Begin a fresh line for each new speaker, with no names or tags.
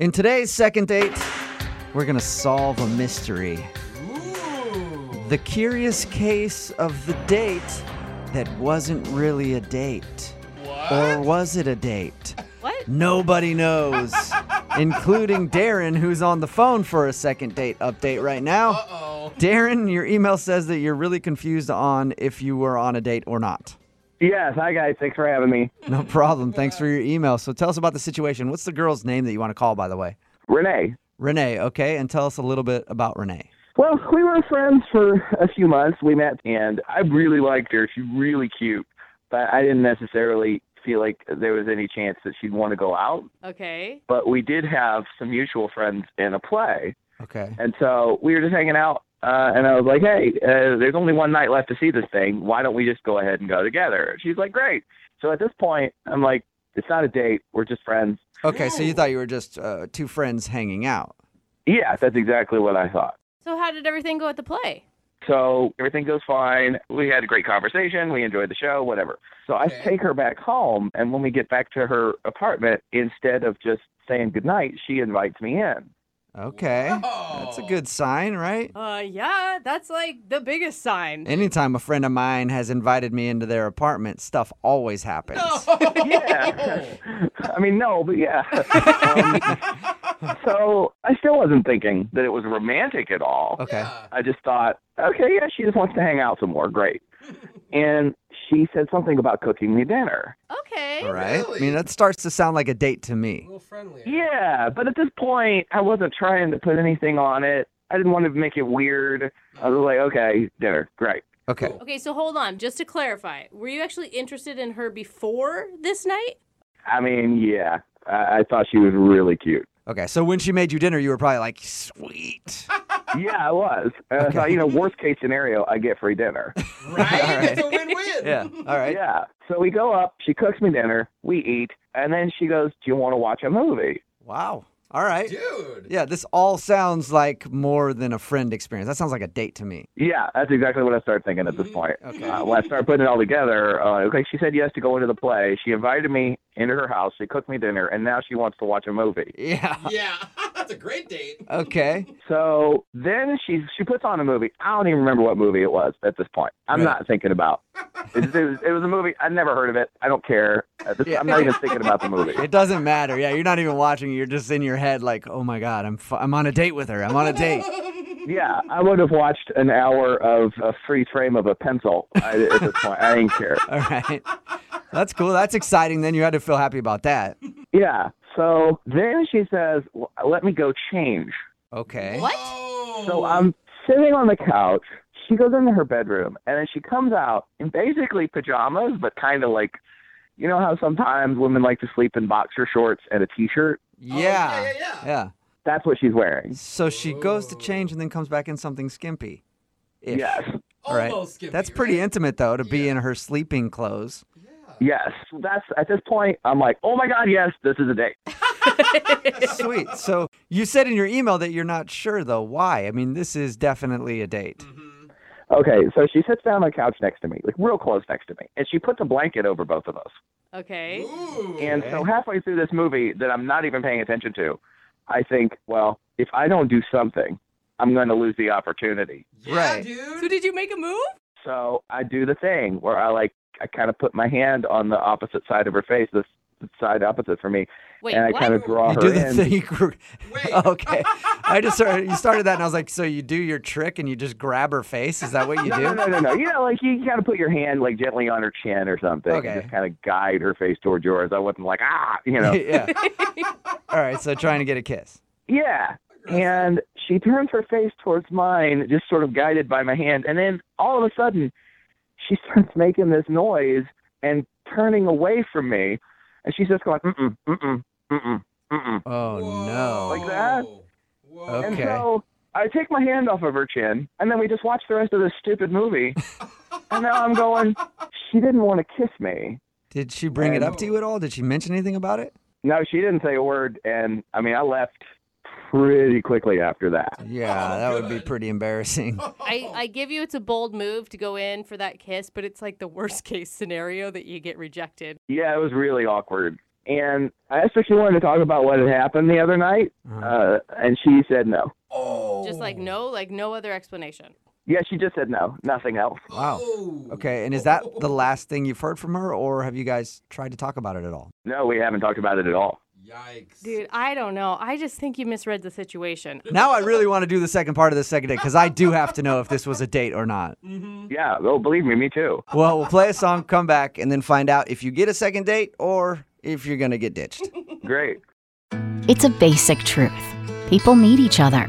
In today's second date, we're going to solve a mystery. The curious case of the date that wasn't really a date. Or was it a date?
What?
Nobody knows, including Darren, who's on the phone for a second date update right now. Uh-oh. Darren, your email says that you're really confused on if you were on a date or not.
Yes, hi guys. Thanks for having me.
No problem. Thanks for your email. So tell us about the situation. What's the girl's name that you want to call, by the way?
Renee.
Renee, okay? And tell us a little bit about Renee.
Well, we were friends for a few months. We met, and I really liked her. She's really cute, but I didn't necessarily feel like there was any chance that she'd want to go out.
Okay.
But we did have some mutual friends in a play,
Okay.
and so we were just hanging out. Uh, and I was like, "Hey, uh, there's only one night left to see this thing. Why don't we just go ahead and go together?" She's like, "Great." So at this point, I'm like, "It's not a date. We're just friends."
Okay, so you thought you were just uh, two friends hanging out.
Yeah, that's exactly what I thought.
So how did everything go at the play?
So everything goes fine. We had a great conversation. We enjoyed the show, whatever. So I take her back home, and when we get back to her apartment, instead of just saying goodnight, she invites me in.
Okay. That's a good sign, right?
Uh, yeah, that's like the biggest sign.
Anytime a friend of mine has invited me into their apartment, stuff always happens.
Yeah. I mean, no, but yeah. Um, so I still wasn't thinking that it was romantic at all.
Okay.
I just thought, okay, yeah, she just wants to hang out some more. Great. And she said something about cooking me dinner.
Okay.
All right. I mean, that starts to sound like a date to me.
Yeah, but at this point, I wasn't trying to put anything on it. I didn't want to make it weird. I was like, okay, dinner, great.
Okay.
Okay, so hold on, just to clarify, were you actually interested in her before this night?
I mean, yeah, I, I thought she was really cute.
Okay. So when she made you dinner, you were probably like, sweet.
Yeah, I was. And I thought, you know, worst case scenario, I get free dinner.
Right? It's a win-win.
Yeah. All right.
yeah. So we go up, she cooks me dinner, we eat, and then she goes, do you want to watch a movie?
Wow. All right.
Dude.
Yeah, this all sounds like more than a friend experience. That sounds like a date to me.
Yeah, that's exactly what I started thinking at this point.
Okay.
Uh, when I started putting it all together, uh, okay, she said yes to go into the play. She invited me into her house. She cooked me dinner, and now she wants to watch a movie.
Yeah.
Yeah. That's a great date.
Okay.
So then she she puts on a movie. I don't even remember what movie it was at this point. I'm
Right.
not thinking about. It, it, was, it was a movie. I never heard of it. I don't care. Uh, this, I'm not even thinking about the movie.
It doesn't matter. Yeah, you're not even watching. You're just in your head like, "Oh my god, I'm f- I'm on a date with her. I'm on a date."
Yeah, I would have watched an hour of a free frame of a pencil I, at this point. I didn't care.
All right. That's cool. That's exciting. Then you had to feel happy about that.
Yeah. So then she says, "Well, "Let me go change."
Okay.
What?
Oh.
So um, I'm sitting on the couch. She goes into her bedroom, and then she comes out in basically pajamas, but kind of like, you know how sometimes women like to sleep in boxer shorts and a t-shirt.
Yeah.
yeah, yeah, yeah.
That's what she's wearing.
So she goes to change and then comes back in something skimpy. Ish.
Yes,
All right.
Almost skimpy,
That's pretty
right?
intimate though to be in her sleeping clothes.
yes. That's at this point, I'm like, oh my god, yes, this is a date.
Sweet. So you said in your email that you're not sure though why. I mean, this is definitely a date.
Mm-hmm.
Okay, so she sits down on the couch next to me, like real close next to me, and she puts a blanket over both of us.
Okay.
Ooh.
And so halfway through this movie that I'm not even paying attention to, I think, well, if I don't do something, I'm going to lose the opportunity.
Yeah,
Right.
dude.
So did you make a move?
So I do the thing where I like I kind of put my hand on the opposite side of her face, the s- side opposite from me,
Wait,
and I
what?
kind of draw
you
her
do the
in.
thing.
Wait.
okay. I just started, you started that and I was like, so you do your trick and you just grab her face? Is that what you
No, no,
do?
no, no, no. You know, like you kind of put your hand like gently on her chin or something,
Okay.
and just kind of guide her face towards yours. I wasn't like ah, you know.
yeah. All right. So trying to get a kiss.
Yeah. And she turns her face towards mine, just sort of guided by my hand. And then all of a sudden, she starts making this noise and turning away from me. And she's just going, mm mm, mm mm, mm mm, Mm-mm.
Oh
Whoa.
no.
Like that?
Whoa.
Okay.
And so I take my hand off of her chin, and then we just watch the rest of this stupid movie. and now I'm going, she didn't want to kiss me.
Did she bring it up to you at all? Did she mention anything about it?
No, she didn't say a word. And I mean, I left pretty quickly after that.
Yeah,
Oh,
that would be
good.
pretty embarrassing.
I, I give you it's a bold move to go in for that kiss, but it's like the worst case scenario that you get rejected.
Yeah, it was really awkward. And I asked if she wanted to talk about what had happened the other night, uh, and she said no.
Oh.
Just like no, like no other explanation.
Yeah, she just said no, nothing else.
Wow.
Oh.
Okay, and is that the last thing you've heard from her, or have you guys tried to talk about it at all?
No, we haven't talked about it at all.
Yikes.
Dude, I don't know. I just think you misread the situation.
Now I really want to do the second part of the second date because I do have to know if this was a date or not.
Yeah, oh, believe me, me too.
Well, we'll play a song, come back, and then find out if you get a second date or if you're going to get ditched.
Great.
It's a basic truth. People need each other.